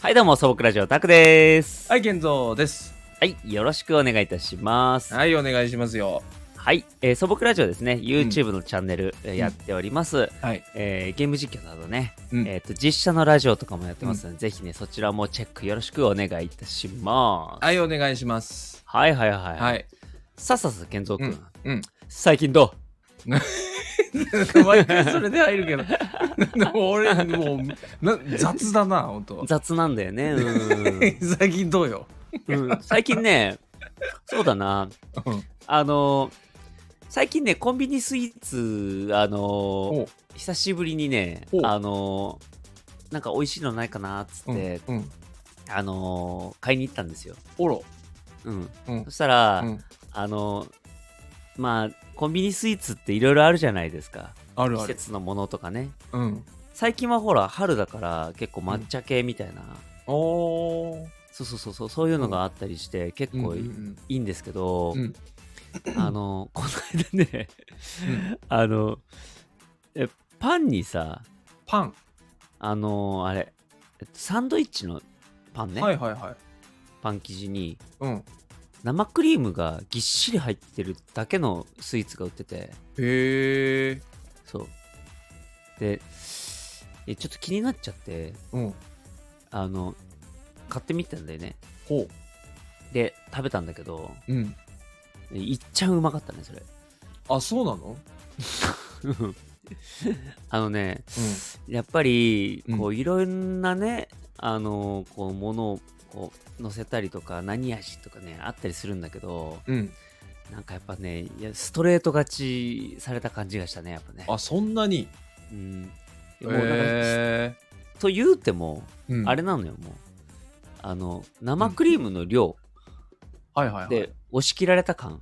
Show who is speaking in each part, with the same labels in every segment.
Speaker 1: はい、どうも、素朴ラジオ、タクです。
Speaker 2: はい、健三です。
Speaker 1: はい、よろしくお願いいたします。
Speaker 2: はい、お願いしますよ。
Speaker 1: はい、えー素朴ラジオですね、YouTube のチャンネル、えーやっております。
Speaker 2: はい。
Speaker 1: えーゲーム実況などね、
Speaker 2: うん
Speaker 1: えっ、と、実写のラジオとかもやってますので、ぜひね、そちらもチェックよろしくお願いいたします。
Speaker 2: はい、お願いします。
Speaker 1: はいはいはい。
Speaker 2: はい。
Speaker 1: さっさと健三くん、
Speaker 2: うん。
Speaker 1: 最近ど
Speaker 2: 毎回それで入るけど。で も俺、もう、な雑だな、本
Speaker 1: う
Speaker 2: 当。
Speaker 1: 雑なんだよね。うん。
Speaker 2: 最近どうよ。
Speaker 1: うん、最近 ね、そうだな。
Speaker 2: うん
Speaker 1: あの最近ね、コンビニスイーツ、あの
Speaker 2: おう
Speaker 1: 久しぶりにね
Speaker 2: ほう
Speaker 1: あのーなんか美味しいのないかなっつっ
Speaker 2: うん
Speaker 1: て、
Speaker 2: うん。
Speaker 1: あのー買いに行ったんですよ、
Speaker 2: おろ。
Speaker 1: うん
Speaker 2: うん
Speaker 1: そしたら、
Speaker 2: うん
Speaker 1: あのーまあコンビニスイーツっていろいろあるじゃないですか
Speaker 2: ある
Speaker 1: 季
Speaker 2: ある。
Speaker 1: 節のものとかね
Speaker 2: うん。
Speaker 1: 最近はほら春だから結構抹茶系みたいな、
Speaker 2: おー。
Speaker 1: そうそうそうそうそういうのがあったりして、結
Speaker 2: うん
Speaker 1: 構
Speaker 2: う
Speaker 1: いい,、
Speaker 2: ん
Speaker 1: んですけど、
Speaker 2: うん。
Speaker 1: あのーこの間ね
Speaker 2: うん
Speaker 1: あのえパンにさ
Speaker 2: パン。
Speaker 1: あのーあれサンドイッチのパンね、
Speaker 2: はいはいはい。
Speaker 1: パン生地に
Speaker 2: うん。
Speaker 1: 生クリームがぎっしり入ってるだけのスイーツが売ってて
Speaker 2: へー。
Speaker 1: そうでえちょっと気になっちゃって
Speaker 2: うん。
Speaker 1: あの買ってみたんだよね
Speaker 2: ほ
Speaker 1: で食べたんだけど
Speaker 2: う。うん。
Speaker 1: えいっちゃんうまかったねそれ
Speaker 2: あ、そうなの
Speaker 1: あのね
Speaker 2: う
Speaker 1: やっぱり
Speaker 2: うん
Speaker 1: こういろんなね、あのこうものをこう乗せたりとか何味とかねあったりするんだけど
Speaker 2: ん。うん。
Speaker 1: なんかやっぱねいやストレート勝ちされた感じがしたねやっぱね
Speaker 2: あ、そんなに。
Speaker 1: うんもうなんか
Speaker 2: へ
Speaker 1: と言うても、
Speaker 2: ー。うん
Speaker 1: あれなのよ、もう。あの、生クリームの量
Speaker 2: はいはいは
Speaker 1: で
Speaker 2: い
Speaker 1: 押し切られた感。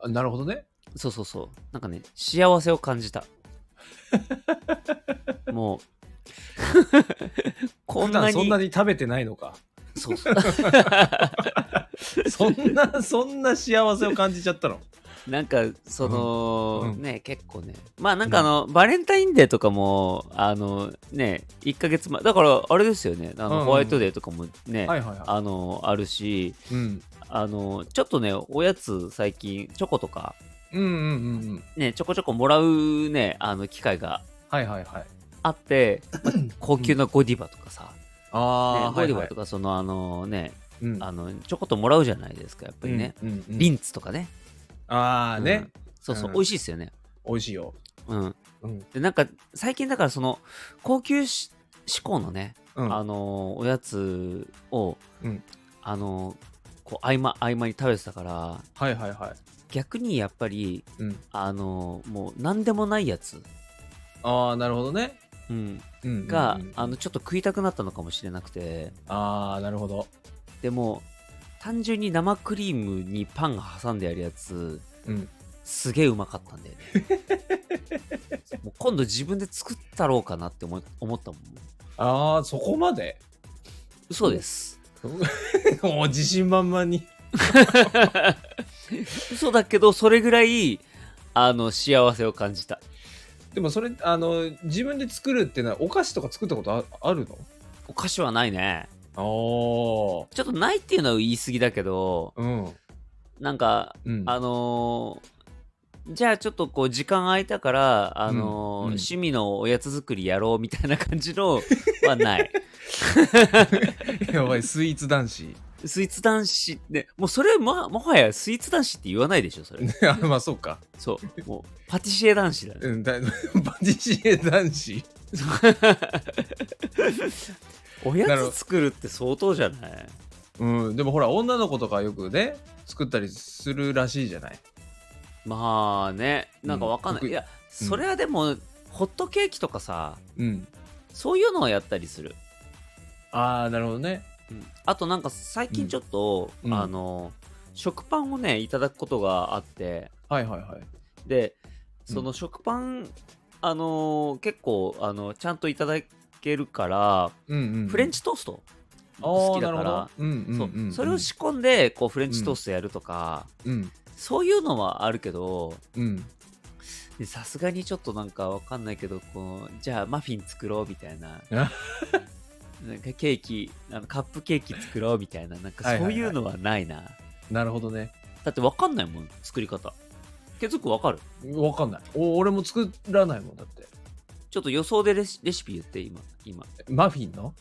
Speaker 2: あ。なるほどね。
Speaker 1: そうそうそう。なんかね、幸せを感 じた。もう、こ
Speaker 2: 普
Speaker 1: んな
Speaker 2: 段
Speaker 1: に。
Speaker 2: そんなに食べてないのか。
Speaker 1: そうそう。
Speaker 2: そんな、そんな幸せを感じちゃ ったの。
Speaker 1: なんか、その、
Speaker 2: うんうん
Speaker 1: ね、結構ね。まあ、なんかあの、バレンタインデーとかも、あの、ね、1ヶ月前。だから、あれですよね。あ
Speaker 2: うんう
Speaker 1: の
Speaker 2: ん
Speaker 1: ホワイトデーとかもね、
Speaker 2: はいはいは
Speaker 1: あの、あるし、
Speaker 2: い。うん。
Speaker 1: あの、ちょっとね、おやつ最近、チョコとか、
Speaker 2: うんうんうんうん。
Speaker 1: ね、ちょこちょこもらうね、あの、機会が
Speaker 2: はいはいはい。
Speaker 1: あ って、まあ高級なゴディバとかさ、
Speaker 2: あ
Speaker 1: ね
Speaker 2: ー、
Speaker 1: ゴディ
Speaker 2: は
Speaker 1: バ
Speaker 2: い
Speaker 1: とか、その、あのね、
Speaker 2: うん
Speaker 1: あの、ちょこっともらうじゃないですか、やっぱりね。。
Speaker 2: うんうんうん
Speaker 1: リンツとかね。
Speaker 2: あー
Speaker 1: う
Speaker 2: ね
Speaker 1: ん。そうそう、
Speaker 2: うん
Speaker 1: 美味しいですよね。
Speaker 2: 美味しいよ。
Speaker 1: うん。
Speaker 2: うん。
Speaker 1: で、なんか、最近だから、その、高級し志向のね、
Speaker 2: うん
Speaker 1: あの、おやつを、
Speaker 2: うん
Speaker 1: あの、こう、合間、合間に食べてたから、
Speaker 2: はいはいはい。
Speaker 1: 逆にやっぱり、
Speaker 2: うん。
Speaker 1: あの、もう、なんでもないやつ。
Speaker 2: あー、なるほどね。
Speaker 1: うん、
Speaker 2: うんうんうん
Speaker 1: が、あの、ちょっと食いたくなったのかもしれなくて
Speaker 2: あー、なるほど。
Speaker 1: でも単純に生クリームにパンが挟んであるやつ
Speaker 2: うん。
Speaker 1: すげえうまかったんだよね もう今度自分で作ったろうかなって思い思ったもん
Speaker 2: あー、そこまで
Speaker 1: 嘘です
Speaker 2: もう自信満々に。
Speaker 1: 嘘だけどそれぐらいあの幸せを感じた
Speaker 2: でもそれ、あの、自分で作るってのは、お菓子とか作ったことああるの
Speaker 1: お菓子はないね
Speaker 2: あ
Speaker 1: ちょっとないっていうのは言い過ぎだけど
Speaker 2: ー。うん。
Speaker 1: なんか
Speaker 2: うん。
Speaker 1: あのーじゃあちょっとこう時間空いたから、あのー
Speaker 2: うんうん
Speaker 1: 趣味のおやつ作りやろうみたいな感じのは ない。
Speaker 2: やばい、スイーツ男子。
Speaker 1: スイーツ男子って、もうそれま、もはやスイーツ男子って言わないでしょ、それ。
Speaker 2: あまあそうか。
Speaker 1: そう。もう、パティシエ男子だね。
Speaker 2: うん、だ パティシエ男子。
Speaker 1: おやつ作るって相当じゃない
Speaker 2: うん、でもほら、女の子とかよくね、作ったりするらしいじゃない。
Speaker 1: まあね、なんかわかんない。
Speaker 2: うん
Speaker 1: いや、それはでも、ホットケーキとかさ、
Speaker 2: うん。
Speaker 1: そういうのをやったりする。
Speaker 2: ああ、なるほどね。
Speaker 1: あとなんか最近ちょっと、
Speaker 2: うん
Speaker 1: あの食パンをねいただくことがあって
Speaker 2: はいはいはい。
Speaker 1: で
Speaker 2: うん
Speaker 1: その食パン、あの結構あのちゃんといただけるから、
Speaker 2: うんうんうん。
Speaker 1: フレンチトースト
Speaker 2: あー
Speaker 1: 好きだか
Speaker 2: なるほ
Speaker 1: ら
Speaker 2: ど、うんうん
Speaker 1: そう
Speaker 2: うんうん、
Speaker 1: それを仕込んでこうフレンチトーストやるとか、
Speaker 2: うん
Speaker 1: そういうのはあるけど
Speaker 2: うん。
Speaker 1: でさす がにちょっとなんかわかんないけどこうじゃあマフィン作ろうみたいななんかケーキあのカップケーキ作ろうみたいななん
Speaker 2: は
Speaker 1: か
Speaker 2: い
Speaker 1: そ
Speaker 2: は
Speaker 1: う
Speaker 2: いはい
Speaker 1: いうのはないな、
Speaker 2: なるほどね。
Speaker 1: だってわかんないもん作り方ケズくわかる
Speaker 2: わかんない。お俺も作らないもんだって。
Speaker 1: ちょっと予想でレシレシピ言って今今
Speaker 2: マフィンの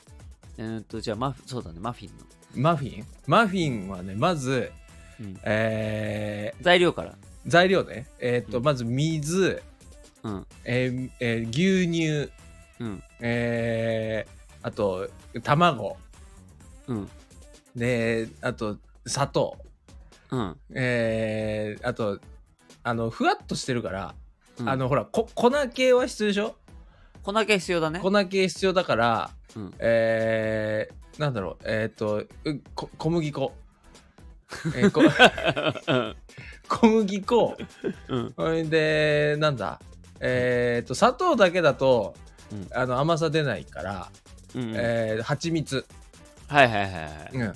Speaker 1: えー、っとじゃあマフそうだねマフィンの、
Speaker 2: マフィンマフィンはね、まず、
Speaker 1: うん、
Speaker 2: えー
Speaker 1: 材料から
Speaker 2: 材料ね。えーっと、
Speaker 1: うん
Speaker 2: まず水、
Speaker 1: うん
Speaker 2: えーえー牛乳、
Speaker 1: うん
Speaker 2: えーあと、卵、
Speaker 1: うん
Speaker 2: で、あと、砂糖、
Speaker 1: うん
Speaker 2: えーあと、あの、ふわっとしてるから、
Speaker 1: うん
Speaker 2: あの、ほら、こ粉系は必要でしょ
Speaker 1: 粉系必要だね
Speaker 2: 粉系必要だから、
Speaker 1: うん
Speaker 2: えー、なんだろうえーっ、とうこ小麦粉、えーこ
Speaker 1: うん
Speaker 2: 小麦粉
Speaker 1: うん
Speaker 2: ほいでなんだえーっ、と砂糖だけだと、
Speaker 1: うん
Speaker 2: あの甘さ出ないから、
Speaker 1: うん
Speaker 2: えー蜂蜜、
Speaker 1: はいはいはいはい
Speaker 2: うん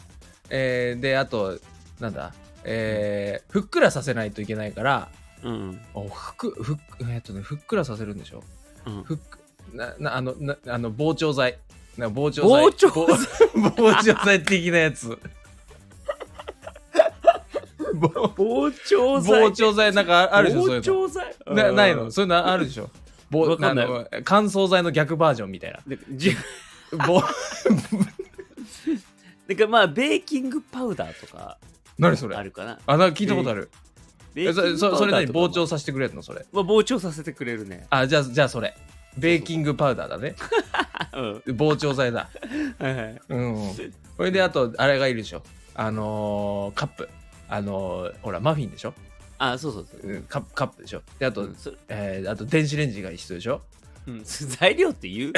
Speaker 2: えーであとなんだえーふっくらさせないといけないから
Speaker 1: うん
Speaker 2: おふくふっえーっ、とねふっくらさせるんでしょ
Speaker 1: うん
Speaker 2: ふっくななあのなあの膨張剤な膨張剤
Speaker 1: 膨張
Speaker 2: ぼ膨張剤的なやつ ぼ
Speaker 1: 膨張剤
Speaker 2: 膨張剤なんかあるでしょそういう
Speaker 1: 膨張剤
Speaker 2: のなないのそういうのあるでしょ ぼ
Speaker 1: わかんない
Speaker 2: あの乾燥剤の逆バージョンみたいな
Speaker 1: でじゅ
Speaker 2: ぼ
Speaker 1: なんかまあベーキングパウダーとか
Speaker 2: 何それ
Speaker 1: あるかな
Speaker 2: あなんか聞いたことある
Speaker 1: ベ
Speaker 2: え
Speaker 1: ーキン
Speaker 2: そ
Speaker 1: グ
Speaker 2: そそれ
Speaker 1: パウダー
Speaker 2: 何
Speaker 1: とかも
Speaker 2: 膨張させてくれるのそれ
Speaker 1: まあ、膨張させてくれるね
Speaker 2: あじゃあじゃあそれベーキングパウダーだ ね
Speaker 1: うん
Speaker 2: 膨張剤だ
Speaker 1: はいはい
Speaker 2: うんこれであとあれがいるでしょあのーカップあのーほらマフィンでしょ
Speaker 1: あそうそうそう
Speaker 2: うんカップカップでしょであと、
Speaker 1: うんそ
Speaker 2: えーあと電子レンジが必要でしょ
Speaker 1: うん、材料って 言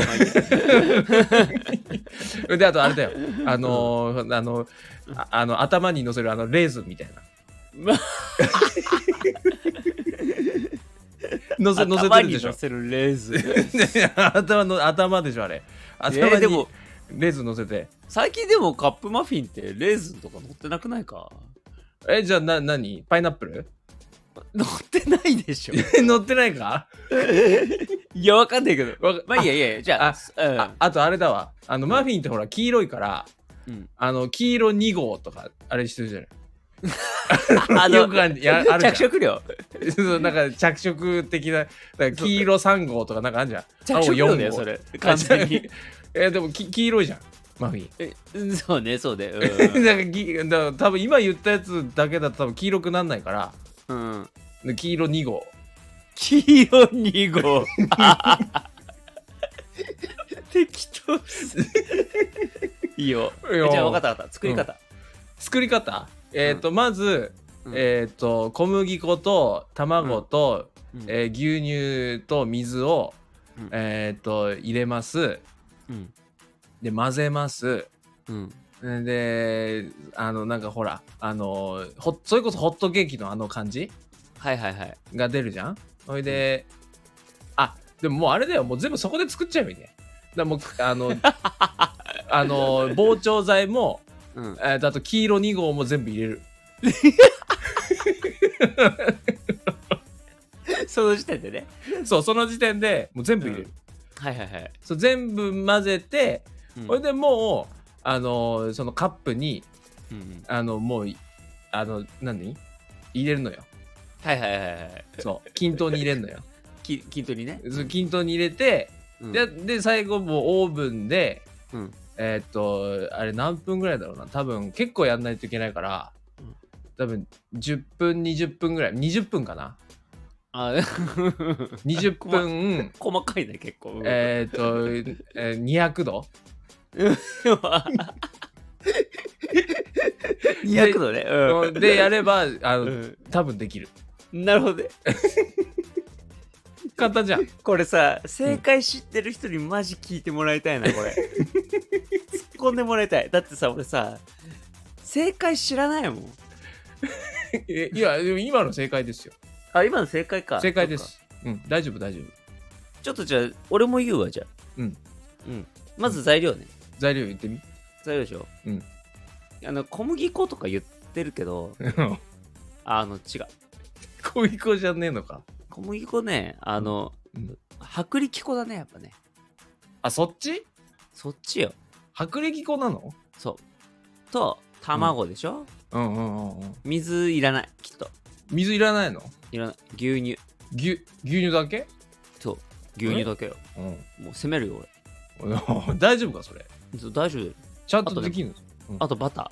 Speaker 1: う
Speaker 2: であとあれだよあのーあのああの頭にのせるあのレーズンみたいな
Speaker 1: まあ
Speaker 2: のせのせてるでし
Speaker 1: 頭に乗
Speaker 2: ょ
Speaker 1: せるレーズン
Speaker 2: ね 頭の頭でしょあれ
Speaker 1: い
Speaker 2: 頭
Speaker 1: や
Speaker 2: に
Speaker 1: でも
Speaker 2: レーズンのせて
Speaker 1: 最近でもカップマフィンってレーズンとか乗ってなくないか
Speaker 2: えじゃあな何パイナップル
Speaker 1: 乗ってないでしょ
Speaker 2: 乗ってないか
Speaker 1: いやわかんないけど
Speaker 2: わか
Speaker 1: まあいいやいやじゃあ
Speaker 2: ああとあれだわあのマフィンってほら黄色いから
Speaker 1: うんうん、
Speaker 2: あの黄色2号とかあれしてるじゃな
Speaker 1: あ
Speaker 2: い よ くあるやあるじゃん
Speaker 1: 着色料
Speaker 2: そうなんか着色的なだから黄色3号とかなんかあるじゃん
Speaker 1: 着色料だよそ
Speaker 2: 青四号
Speaker 1: れ完全 に
Speaker 2: えでもき黄色いじゃんマフィン
Speaker 1: えうんそうねそうねう
Speaker 2: なんかぎだから多分今言ったやつだけだと多分黄色くなんないから
Speaker 1: ん、うん、
Speaker 2: で黄色2号
Speaker 1: 黄色2号 適当いいよ
Speaker 2: いや
Speaker 1: じゃあ分かった分かった作り方、
Speaker 2: 作り方えっ、と、まず、
Speaker 1: うん
Speaker 2: えっ、と小麦粉と卵と、
Speaker 1: うん
Speaker 2: えー牛乳と水を、
Speaker 1: うん
Speaker 2: えっ、と入れます
Speaker 1: うん
Speaker 2: で混ぜます
Speaker 1: うん
Speaker 2: であのなんかほらあのほそれこそホットケーキのあの感じ
Speaker 1: はいはいはい
Speaker 2: が出るじゃんそれで、あでももうあれだよもう全部そこで作っちゃえばいいねだからもう あのあの膨張剤も、
Speaker 1: うん
Speaker 2: えーとあと黄色2号も全部入れる
Speaker 1: その時点でね
Speaker 2: そうその時点でもう全部入れる、
Speaker 1: うんはいはいはい、
Speaker 2: そう全部混ぜて
Speaker 1: うん
Speaker 2: それでもうあのそのカップに
Speaker 1: うんうん
Speaker 2: あのもういあの何入れるのよ
Speaker 1: はいはいはいはい
Speaker 2: そう均等に入れるのよ
Speaker 1: き筋トレね
Speaker 2: そう均等に入れて
Speaker 1: うん
Speaker 2: でで最後もうオーブンで、
Speaker 1: うん
Speaker 2: えーっとあれ何分ぐらいだろうな多分結構やんないといけないから
Speaker 1: うん
Speaker 2: 多分10分20分ぐらい20分かな
Speaker 1: あ
Speaker 2: 20
Speaker 1: こま
Speaker 2: 分
Speaker 1: 細かいね結構、
Speaker 2: えーっと、えー200度
Speaker 1: 200度ね、うん、
Speaker 2: でやればあ
Speaker 1: う
Speaker 2: の
Speaker 1: ん
Speaker 2: 多分できる
Speaker 1: なるほどね
Speaker 2: 簡単じゃ ん
Speaker 1: これさ正解知ってる人にマジ聞いてもらいたいなこ れ突っ込んでもらいたいだってさ俺さ正解知らないもん
Speaker 2: えいやでも今の正解ですよ
Speaker 1: あ今の正解か
Speaker 2: 正解で
Speaker 1: そっか
Speaker 2: すうん大丈夫大丈夫
Speaker 1: ちょっとじゃあ俺も言うわじゃあ
Speaker 2: うん
Speaker 1: うんまず材料ね
Speaker 2: 材料言ってみ
Speaker 1: 材料でしょ
Speaker 2: うん
Speaker 1: あの小麦粉とか言ってるけどあの違う
Speaker 2: 小麦粉じゃねえのか
Speaker 1: 小麦粉ねあの、
Speaker 2: うん
Speaker 1: 薄力粉だねやっぱね
Speaker 2: あそっち
Speaker 1: そっちよ
Speaker 2: 薄力粉なの
Speaker 1: そうと卵でしょ、
Speaker 2: うんうんうんうん
Speaker 1: 水いらないきっと
Speaker 2: 水いらないの
Speaker 1: いらない牛乳
Speaker 2: 牛牛乳だけ
Speaker 1: そう牛乳だけよ
Speaker 2: うん
Speaker 1: もう攻めるよ俺
Speaker 2: 大丈夫かそれ
Speaker 1: そう大丈夫だよ
Speaker 2: ちゃんとできるの
Speaker 1: あとバター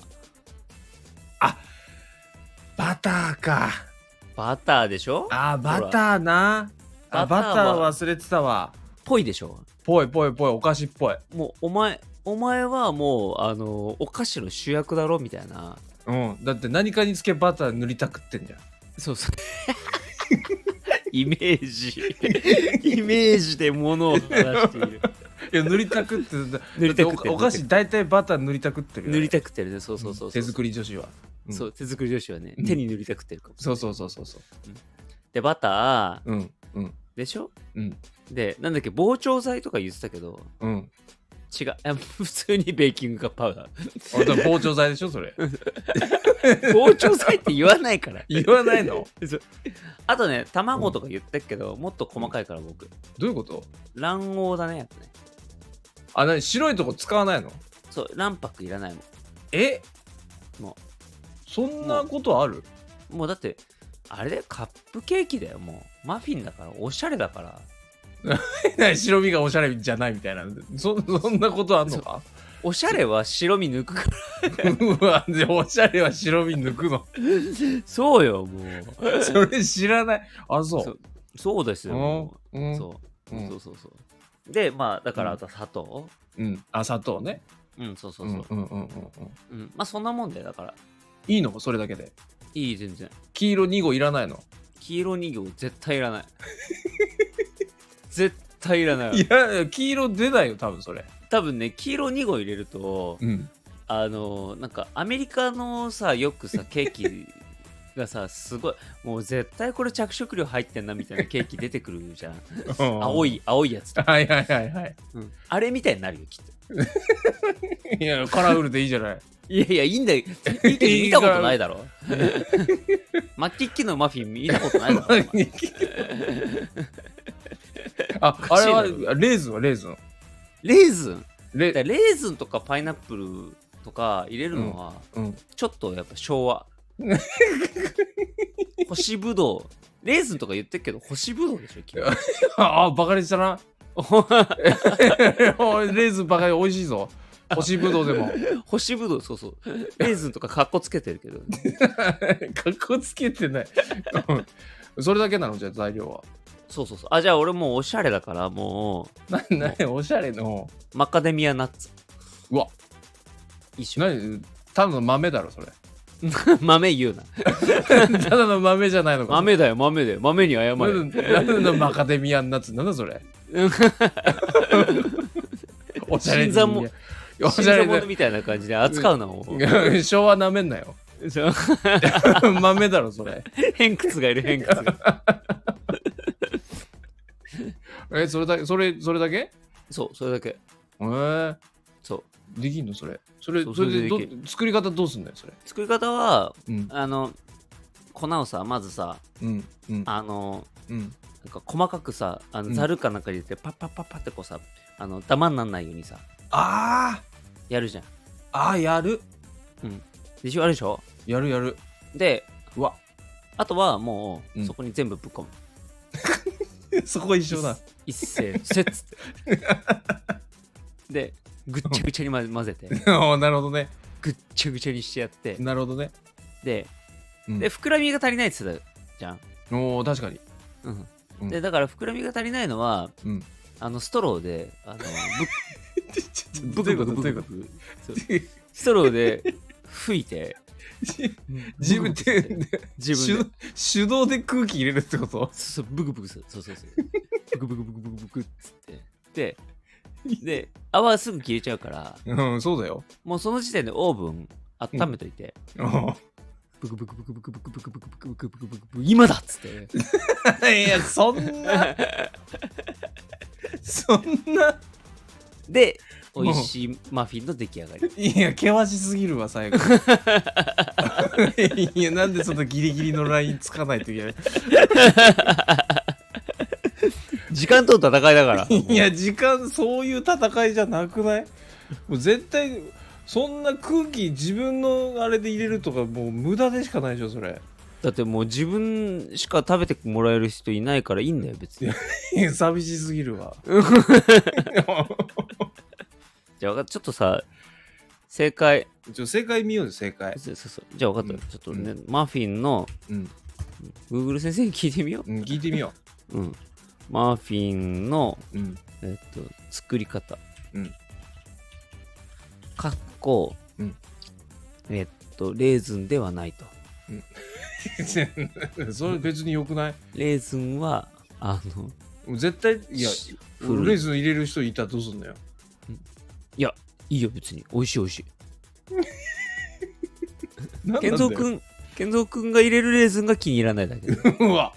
Speaker 2: バターか
Speaker 1: バターでしょ
Speaker 2: あーバターな
Speaker 1: バ
Speaker 2: あバ
Speaker 1: タ
Speaker 2: タ
Speaker 1: ーは
Speaker 2: ー忘れてたわ
Speaker 1: ぽいでしょ
Speaker 2: ぽいぽいぽいお菓子っぽい
Speaker 1: もうお前お前はもうあのお菓子の主役だろみたいな
Speaker 2: うんだって何かにつけバター塗りたくってんじゃん
Speaker 1: そうそう イメージ イメージで物を話している
Speaker 2: い や塗りたくってだって
Speaker 1: 塗りたくってる
Speaker 2: おお菓子大体バター塗りたくってるよね
Speaker 1: 塗りたくってるねそうそうそうそう
Speaker 2: 手作り女子はうん
Speaker 1: そう手作り女子はね、
Speaker 2: うん
Speaker 1: 手に塗りたくってるかも
Speaker 2: そうそうそうそうそう
Speaker 1: でバター
Speaker 2: うんうん
Speaker 1: でしょ
Speaker 2: うん
Speaker 1: でなんだっけ膨張剤とか言ってたけど
Speaker 2: うん
Speaker 1: 違うあ普通にベーキングパウダー
Speaker 2: あだから膨張剤でしょ それ
Speaker 1: 膨張剤って言わないから
Speaker 2: 言わないの
Speaker 1: そうあとね卵とか言ったけど、もっと細かいから僕
Speaker 2: どういうこと
Speaker 1: 卵黄だねやっぱね
Speaker 2: あ何白いとこ使わないの
Speaker 1: そう卵白いらないも
Speaker 2: え
Speaker 1: も
Speaker 2: そんなことある
Speaker 1: んもうだってあれだよカップケーキだよもうマフィンだからおしゃれだから
Speaker 2: 何白身がおしゃれじゃないみたいなそそんなことあんのか
Speaker 1: おしゃれは白身抜くから
Speaker 2: うわでおしゃれは白身抜くの
Speaker 1: そうよもう
Speaker 2: それ知らないあそう
Speaker 1: そうそうですよも
Speaker 2: うん
Speaker 1: う
Speaker 2: うん
Speaker 1: そう,、
Speaker 2: うん
Speaker 1: そうそうそうでまあだからあと砂糖
Speaker 2: うんあ砂糖ね
Speaker 1: うん、そうそうそう、
Speaker 2: うんうんうんうんうん
Speaker 1: うんまあそんなもんだよだから
Speaker 2: いいのそれだけで
Speaker 1: いい全然
Speaker 2: 黄色2号いらないの
Speaker 1: 黄色人形絶対いらない 絶対いらない
Speaker 2: いや黄色出ないよ多分それ
Speaker 1: 多分ね黄色2号入れると
Speaker 2: うん
Speaker 1: あのなんかアメリカのさよく さケーキがさすごいもう絶対これ着色料入ってんなみたい なケーキ出てくるじゃん 青
Speaker 2: い
Speaker 1: い青いやつとか、
Speaker 2: はいはいはいはい
Speaker 1: うんあれみたいになるよきっと
Speaker 2: いやカラフルでいいじ ゃない
Speaker 1: いやいやいいんだよいいけど見たことないだ ろマッキッキのマフィン見たことないだろ
Speaker 2: あ
Speaker 1: おかし
Speaker 2: あ
Speaker 1: い
Speaker 2: れ
Speaker 1: だ
Speaker 2: は
Speaker 1: ろ
Speaker 2: レーズンはレーズン
Speaker 1: レーズンだから
Speaker 2: レ
Speaker 1: レーズンとかパイナップルとか入れるのは
Speaker 2: うん
Speaker 1: ちょっとやっぱ昭 和干しぶどうレーズンとか言ってるけど干しぶどうでしょ 君
Speaker 2: ああバカにしたな おいレーズンバカに美味しいぞ干しぶどうでも
Speaker 1: 干しぶどうそうそうレーズンとかカッコつけてるけど
Speaker 2: かっこつけてないうんそれだけなのじゃあ材料は
Speaker 1: そうそうそうあじゃあ俺もうおしゃれだからも
Speaker 2: な何おしゃれの
Speaker 1: うマカデミアナッツ
Speaker 2: うわ
Speaker 1: 一緒
Speaker 2: 何ただの豆だろそれ
Speaker 1: 豆言うな
Speaker 2: ただの豆じゃないのか
Speaker 1: 豆だよ豆だよ豆に謝れ
Speaker 2: 何何のマカデミアンナッツなんだそ れ
Speaker 1: うん
Speaker 2: おしゃれ
Speaker 1: 新
Speaker 2: に
Speaker 1: 参も
Speaker 2: お
Speaker 1: 新
Speaker 2: しゃれ
Speaker 1: 参者
Speaker 2: で
Speaker 1: みたいな感じで扱うなも
Speaker 2: 昭和なめんなよ
Speaker 1: う そう
Speaker 2: 豆だろそれ
Speaker 1: 偏屈がいる偏屈 が
Speaker 2: えそれだけそれそれだけえ
Speaker 1: そうそれだけ
Speaker 2: ー、
Speaker 1: そう
Speaker 2: できんのそれそれ
Speaker 1: そう
Speaker 2: それで
Speaker 1: そ
Speaker 2: ど
Speaker 1: れでで
Speaker 2: 作り方どうすんだよそれ
Speaker 1: 作り方は
Speaker 2: うん
Speaker 1: あの粉をさまずさ
Speaker 2: うんうん
Speaker 1: あの
Speaker 2: うん
Speaker 1: なんか細かくさあ
Speaker 2: う
Speaker 1: の
Speaker 2: ん
Speaker 1: ざるかなんかに入れてパッパッパッパってこうさあのダマにならないようにさ
Speaker 2: あー
Speaker 1: やるじゃん
Speaker 2: あーやる
Speaker 1: でしょあるでしょ
Speaker 2: やるやる
Speaker 1: で
Speaker 2: うわ
Speaker 1: あとはも
Speaker 2: う
Speaker 1: うんそこに全部ぶっ込む、
Speaker 2: そこ一緒だ
Speaker 1: 一斉せっつってでぐっちゃぐちゃ にま混ぜて
Speaker 2: おーなるほどね
Speaker 1: ぐっちゃぐちゃにしてやって
Speaker 2: なるほどね
Speaker 1: で
Speaker 2: うん
Speaker 1: で膨らみが足りないって言ってたじゃん、
Speaker 2: おー確 かに
Speaker 1: うん
Speaker 2: うん
Speaker 1: でだから膨らみが足りないのは
Speaker 2: うん
Speaker 1: あのストローで あの
Speaker 2: ど
Speaker 1: ブ
Speaker 2: うい
Speaker 1: ク
Speaker 2: うこ
Speaker 1: ブク
Speaker 2: とどうい
Speaker 1: ブ
Speaker 2: う
Speaker 1: ク
Speaker 2: こ
Speaker 1: ブ
Speaker 2: と
Speaker 1: クそうストローで吹いて
Speaker 2: 自分で
Speaker 1: 自分で
Speaker 2: 手手動で空気入れるってこと
Speaker 1: そうそうブクブクするそうそうそうブクブクブクブクブクっつってでで泡はすぐ消えちゃうから
Speaker 2: うんそうだ よ
Speaker 1: もうその時点でオーブン温めといて、
Speaker 2: おー
Speaker 1: ブクブクブクブクブクブクブクブクブクブクブクブク今だっつって
Speaker 2: いやそん なそんな
Speaker 1: で
Speaker 2: うん
Speaker 1: 美味しいマフィンの出来上がり
Speaker 2: いや、険しすぎるわ、 最後。いや、なんでそのギリギリのラインつかないといけない。
Speaker 1: 時間との戦いだから
Speaker 2: いや、時間、そういう戦いじゃなくないもう絶対そんな空気自分のあれで入れるとかもう無駄でしかないでしょそれ
Speaker 1: だってもう自分しか食べてもらえる人いないからいいんだよ別に
Speaker 2: 寂しすぎる わ
Speaker 1: じゃあ分かったちょっとさ正解
Speaker 2: ちょ正解見ようよ正解
Speaker 1: そうそうじゃあ分かった、
Speaker 2: うん
Speaker 1: ちょっとね、マフィンの
Speaker 2: うん、
Speaker 1: Google 先生に聞いてみよ
Speaker 2: うん、聞いてみよ
Speaker 1: う、うん、マフィンの
Speaker 2: ううん
Speaker 1: えっと作り方
Speaker 2: うん
Speaker 1: かっこ、
Speaker 2: うん
Speaker 1: えっとレーズンではないと
Speaker 2: それ別によくない
Speaker 1: レーズンはあの
Speaker 2: もう絶対いや
Speaker 1: し古い
Speaker 2: レーズン入れる人いたらどうすんのよ
Speaker 1: いいよ別に美味しい美味しい
Speaker 2: なん
Speaker 1: 健三くん健三くんが入れるレーズンが気に入らないだ けで
Speaker 2: んうわ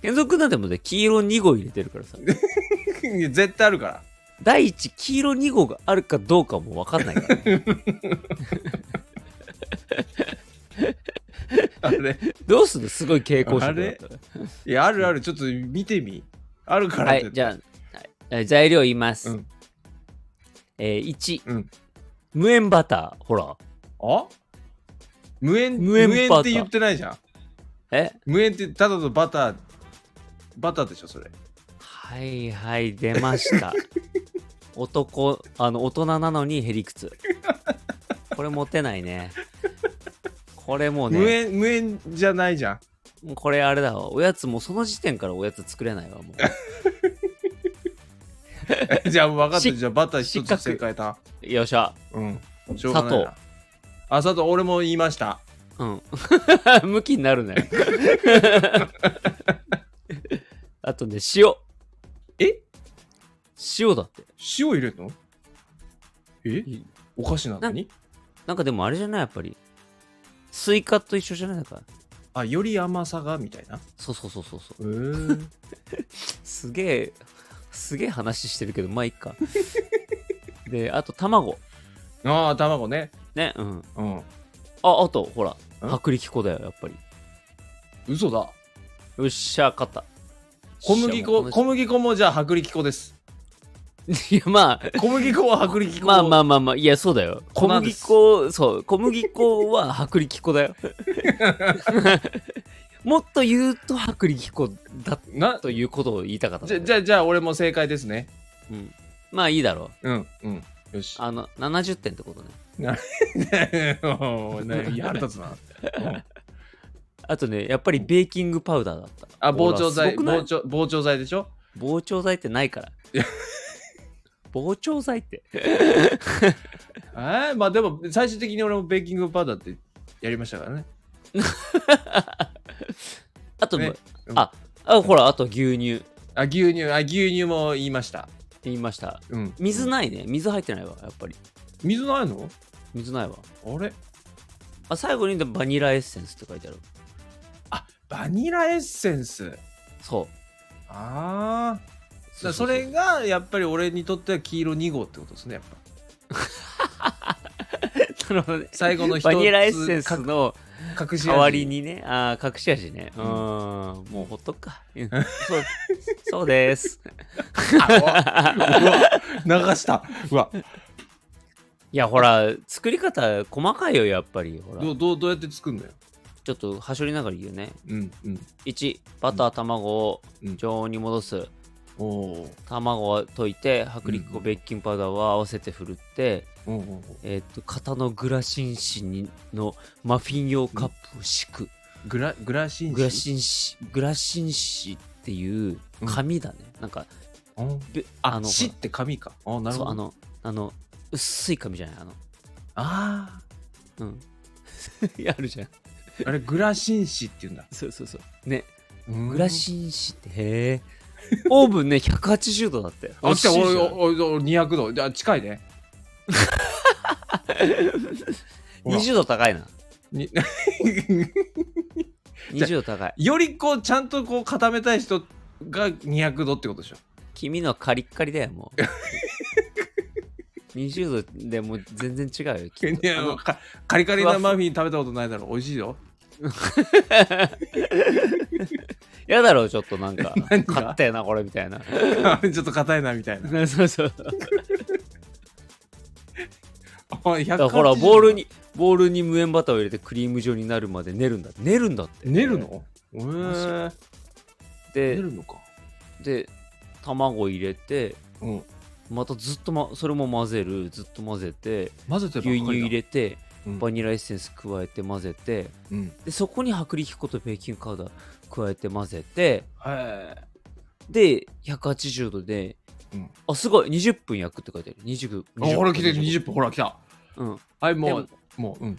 Speaker 1: 健三くんなんてもうね黄色2号入れてるからさ
Speaker 2: いや 絶対あるから
Speaker 1: 第一黄色2号があるかどうかも分かんないから、ね、
Speaker 2: あれ
Speaker 1: どうすんのすごい蛍光色だったら
Speaker 2: いやあるあるちょっと見てみあるから
Speaker 1: は
Speaker 2: って
Speaker 1: いじゃあ、はい材料言います、
Speaker 2: うん
Speaker 1: えー、1、
Speaker 2: うん
Speaker 1: 無塩バターほら
Speaker 2: あ無塩
Speaker 1: 無
Speaker 2: 無
Speaker 1: 塩
Speaker 2: 塩
Speaker 1: バター
Speaker 2: って言ってないじゃん
Speaker 1: え
Speaker 2: 無塩ってただのバターバターでしょそれ
Speaker 1: はいはい出ました 男あの大人なのにへりくつこれモテないねこれもう
Speaker 2: 無
Speaker 1: ね
Speaker 2: 塩無塩じゃないじゃん
Speaker 1: も うこれあれだわおやつもうその時点からおやつ作れないわもう
Speaker 2: じゃあ分かった
Speaker 1: し
Speaker 2: じゃあバター一
Speaker 1: 失格
Speaker 2: つ正解だ
Speaker 1: よっしゃ
Speaker 2: うんしょうがないな
Speaker 1: 砂
Speaker 2: あ砂糖俺も言いました
Speaker 1: うん 向きになる ねあとね塩
Speaker 2: え
Speaker 1: 塩だって
Speaker 2: 塩入れんのえ
Speaker 1: い
Speaker 2: お菓子なのに
Speaker 1: なんかでもあれじゃないやっぱりスイカと一緒じゃないだから
Speaker 2: あより甘さがみたいなへ
Speaker 1: そうそうそうそうそう
Speaker 2: えー、
Speaker 1: すげえすげえ話してるけどまあいっか であと卵
Speaker 2: ああ卵ね
Speaker 1: ねうん
Speaker 2: うん
Speaker 1: ああとほら
Speaker 2: ん
Speaker 1: 薄力粉だよやっぱり
Speaker 2: 嘘だ
Speaker 1: よっしゃ勝った
Speaker 2: 小麦
Speaker 1: よっ
Speaker 2: 粉
Speaker 1: しゃ
Speaker 2: 小麦粉もじゃあ薄力粉 です
Speaker 1: もうこの人いやまあ
Speaker 2: 小麦粉は薄力粉
Speaker 1: まあまあまあまあいやそうだよ小
Speaker 2: 粉で
Speaker 1: 麦
Speaker 2: す
Speaker 1: 粉そう小麦粉は薄力粉だ よもっと言うと薄力粉だ
Speaker 2: な
Speaker 1: ということを言いたかったん
Speaker 2: じ
Speaker 1: だ
Speaker 2: ゃ
Speaker 1: よ
Speaker 2: じゃあじゃあ俺も正解ですね
Speaker 1: うん、まあいいだろう
Speaker 2: うんうんよし
Speaker 1: あの70点ってことね
Speaker 2: お いね腹立つなうん
Speaker 1: あとねやっぱりベーキングパウダーだった
Speaker 2: あ
Speaker 1: ほ
Speaker 2: 膨
Speaker 1: ら
Speaker 2: 張剤
Speaker 1: すごくない
Speaker 2: 膨張膨張剤でしょ
Speaker 1: 膨張剤ってない から膨張剤って
Speaker 2: えー、まあでも最終的に俺もベーキングパウダーってやりましたからね
Speaker 1: あと、
Speaker 2: ねうん
Speaker 1: ああほらあと牛乳って
Speaker 2: あ牛乳あ牛乳も言いました
Speaker 1: 言いました
Speaker 2: うん
Speaker 1: 水ないね水入ってないわやっぱり
Speaker 2: 水ないの
Speaker 1: 水ないわ
Speaker 2: あれ
Speaker 1: あ最後にでもバニラエッセンスって書いてある
Speaker 2: バニラエッセンス
Speaker 1: そう
Speaker 2: ああ
Speaker 1: そ
Speaker 2: そ
Speaker 1: そ
Speaker 2: う
Speaker 1: うそう
Speaker 2: れがやっぱり俺にとっては黄色2号ってことですねやっぱ
Speaker 1: なるほどね
Speaker 2: 最後の一つ
Speaker 1: バニラエッセンスの
Speaker 2: 隠し味
Speaker 1: 代わりにねあー隠し味ねう
Speaker 2: うんん
Speaker 1: もうほっとくかうん そうそうです
Speaker 2: あうわうわ流した うわ
Speaker 1: いやほら作り方細かいよやっぱりほら
Speaker 2: どうどうどうやって作るのよ
Speaker 1: ちょっと端折りながら言うね
Speaker 2: うんうん
Speaker 1: 1バター卵を
Speaker 2: うん
Speaker 1: 常温に戻す
Speaker 2: おお
Speaker 1: 卵を溶いて薄力粉
Speaker 2: うん
Speaker 1: ベッキングパウダーを合わせて振るって、
Speaker 2: おお
Speaker 1: えーっと型のグラシン紙にのマフィン用カップを敷く、
Speaker 2: グラグラシン
Speaker 1: グラシン紙グラシン紙っていう紙だね、なんか
Speaker 2: うん
Speaker 1: べ
Speaker 2: あ
Speaker 1: あの
Speaker 2: のしって紙かあなる
Speaker 1: そ
Speaker 2: ほ
Speaker 1: うあ
Speaker 2: ど
Speaker 1: のあの薄い紙じゃないあの
Speaker 2: あ
Speaker 1: うん あるじゃん
Speaker 2: ーあれグラシン紙って言うんだ
Speaker 1: そうそうそうねグ
Speaker 2: グ
Speaker 1: ラシン紙ってへえオーブンね180度だって
Speaker 2: あ来た
Speaker 1: 美味し
Speaker 2: お
Speaker 1: い
Speaker 2: い
Speaker 1: じゃん
Speaker 2: おいおい200度じゃ近いねほら
Speaker 1: 20度高いな
Speaker 2: に
Speaker 1: 20度高い
Speaker 2: よりこうちゃんとこう固めたい人が200度ってことでしょ
Speaker 1: 君のはカリッカリだよ もう20度でもう全然違うよきっ
Speaker 2: い
Speaker 1: と
Speaker 2: や
Speaker 1: あの
Speaker 2: かカリカリなマフィン食べたことないだろ美味し いよ
Speaker 1: やだろうちょっとなんか
Speaker 2: 何が
Speaker 1: 買った よなこれみたいな
Speaker 2: ちょっと硬いなみたいな
Speaker 1: そうそうだからほらボールにボールに無塩バターを入れてクリーム状になるまで練るんだ練るんだって
Speaker 2: 寝るのえ
Speaker 1: マ
Speaker 2: ー、寝
Speaker 1: で
Speaker 2: るのか
Speaker 1: で卵入れて
Speaker 2: うん
Speaker 1: またずっと、ま、それも混ぜるずっと混ぜて
Speaker 2: 混ぜてばっか
Speaker 1: 牛
Speaker 2: りだ
Speaker 1: 乳入れて
Speaker 2: うん
Speaker 1: バニラエッセンス加えて混ぜて
Speaker 2: うん
Speaker 1: でそこに薄力粉とベーキングパウダー加えて混ぜて
Speaker 2: はい
Speaker 1: で180度で、
Speaker 2: うん
Speaker 1: あすごい20分焼くって書いてある20
Speaker 2: あほら来てる20分ほら来た
Speaker 1: うん
Speaker 2: はい
Speaker 1: で
Speaker 2: も
Speaker 1: も
Speaker 2: うもううん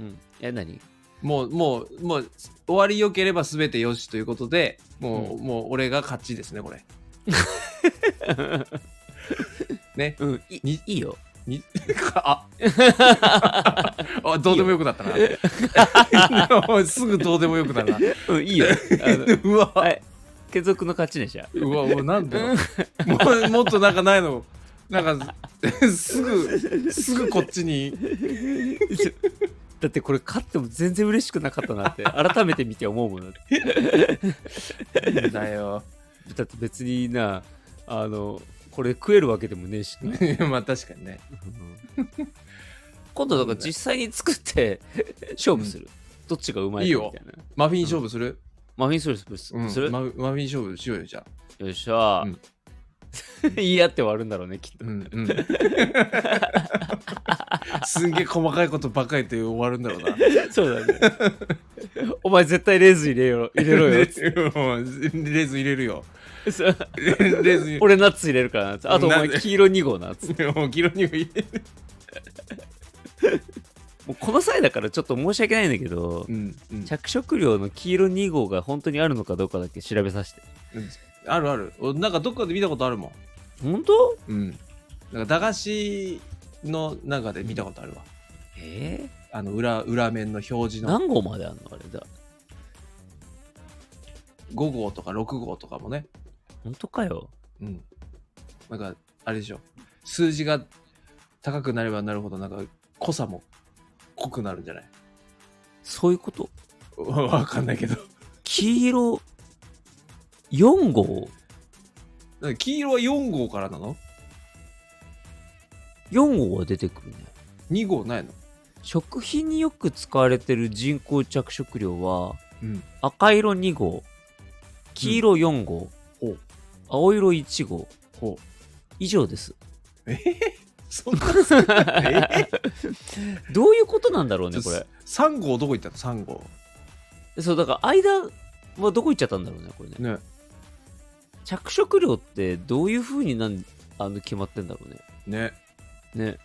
Speaker 1: うんえ何
Speaker 2: もうもうもう終わりよければ全てよしということでもう、もう俺が勝ちですねこ れね
Speaker 1: うんいいいよ
Speaker 2: にあ あどうでもよくなったなすぐ どうで もよくなるな
Speaker 1: うんいいよあの
Speaker 2: うわ
Speaker 1: はい継続の勝ちねじゃ
Speaker 2: うわもうなんだろ
Speaker 1: う
Speaker 2: うも うもっとなんかないのなんかすぐすぐこっちに
Speaker 1: だってこれ勝っても全然嬉しくなかったなって改めて見て思うもんだって
Speaker 2: だよ
Speaker 1: だって別になあのこれ食えるわけでもねえしな
Speaker 2: まあ確かにね
Speaker 1: うん今度だから実際に作って勝負する、どっちがうまいかみたいな
Speaker 2: マフィン勝負する、
Speaker 1: マフィンソース
Speaker 2: うん
Speaker 1: する、
Speaker 2: マフマフィン勝負しようよじゃあ
Speaker 1: よっしゃー、 言い合って終わるんだろうねきっと
Speaker 2: うん うんすんげえ細かいことばっかり言って終わるんだろうな。
Speaker 1: そうだね お前絶対レーズン入れよ入れろよ
Speaker 2: うんレーズン入れるよ。
Speaker 1: そう
Speaker 2: レーズン入れ
Speaker 1: 俺ナッツ入れるからなあとお
Speaker 2: な
Speaker 1: 前
Speaker 2: んで
Speaker 1: 黄色2号なっつって
Speaker 2: る。もうギロにも入れる。
Speaker 1: もうこの際だからちょっと申し訳ないんだけど、
Speaker 2: うんうん
Speaker 1: 着色料の黄色2号が本当にあるのかどうかだけ調べさせて
Speaker 2: あるある。おなんかどっかで見たことあるもん。
Speaker 1: 本当
Speaker 2: うん。なんか駄菓子の中で見たことあるわ。
Speaker 1: えー
Speaker 2: あの裏裏面の表示の
Speaker 1: 何号まであんのあれだ
Speaker 2: 5号とか6号とかもね。
Speaker 1: 本当かよ
Speaker 2: うん。なんかあれでしょ。数字が高くなればなるほどなんか濃さも濃くなるんじゃない
Speaker 1: そういうこと
Speaker 2: わかんないけど。
Speaker 1: 黄色4号
Speaker 2: 黄色は4号からなの
Speaker 1: 4号は出てくるね
Speaker 2: ?2 号ないの
Speaker 1: 食品によく使われてる人工着色料は
Speaker 2: うん。
Speaker 1: 赤色2号黄色4号、
Speaker 2: ほう
Speaker 1: 青色1号
Speaker 2: ほ
Speaker 1: 以上です
Speaker 2: う。えそんな少 ない
Speaker 1: どういうことなんだろう
Speaker 2: え
Speaker 1: ねこれ
Speaker 2: 3号どこ行ったの ?3 号。
Speaker 1: そうだから間はどこ行っちゃったんだろうねこれね
Speaker 2: ね。
Speaker 1: 着色料ってどういうふうになんあの決まってんだろうね
Speaker 2: ね。
Speaker 1: ね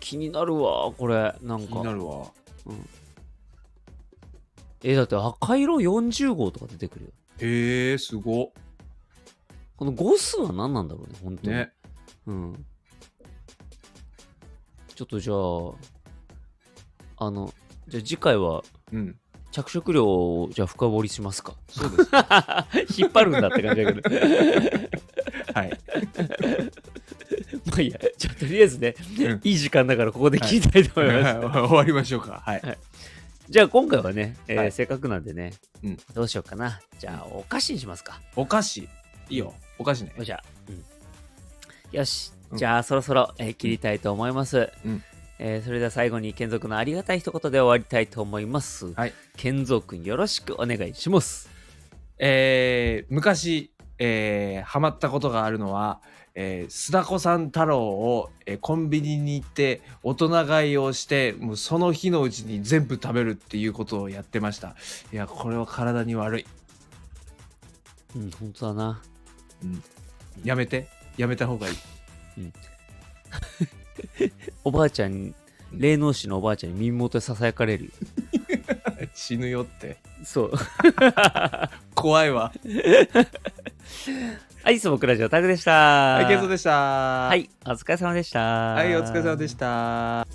Speaker 1: 気になるわこれなん
Speaker 2: 気にな
Speaker 1: か
Speaker 2: るわ。
Speaker 1: えだって赤色40号とか出てくるよ
Speaker 2: へえ、すご。
Speaker 1: この号数は何なんだろうね本当に
Speaker 2: ね。
Speaker 1: うん。ちょっとじゃあ、あの、じゃあ次回は
Speaker 2: うん。
Speaker 1: 着色料をじゃあ深掘りしますか。
Speaker 2: そうです。
Speaker 1: 引っ張るんだって感じだけど。
Speaker 2: はい。
Speaker 1: まあいいや、じゃあとりあえずね、
Speaker 2: うん
Speaker 1: いい時間だからここで聞きたいと思います。
Speaker 2: 終わりましょうか。はい。
Speaker 1: じゃあ今回はね、えー
Speaker 2: はい
Speaker 1: せっかくなんでね、
Speaker 2: うん
Speaker 1: どうしようかな。じゃあお菓子にしますか。
Speaker 2: お菓子。いいよ。お菓子ね。
Speaker 1: じゃあ、うんよし、
Speaker 2: うん
Speaker 1: じゃあそろそろ、えー切りたいと思います。
Speaker 2: うん
Speaker 1: えーそれでは最後に健三君のありがたい一言で終わりたいと思います。
Speaker 2: はい
Speaker 1: 健三君よろしくお願いします。
Speaker 2: えー昔、えーハマったことがあるのは、えー、須田子さん太郎を、えーコンビニに行って大人買いをしてもうその日のうちに全部食べるっていうことをやってましたいやこれは体に悪い
Speaker 1: うん、本当だな。
Speaker 2: やめてやめた方がいい
Speaker 1: おばあちゃん、霊能師のおばあちゃんに耳元でささやかれるよ。
Speaker 2: 死ぬよって
Speaker 1: そう。
Speaker 2: 怖いわ
Speaker 1: はい、いつもクラジオタグでした。
Speaker 2: はいゲストでした
Speaker 1: はい、お疲れ様でした。
Speaker 2: はいお疲れ様でした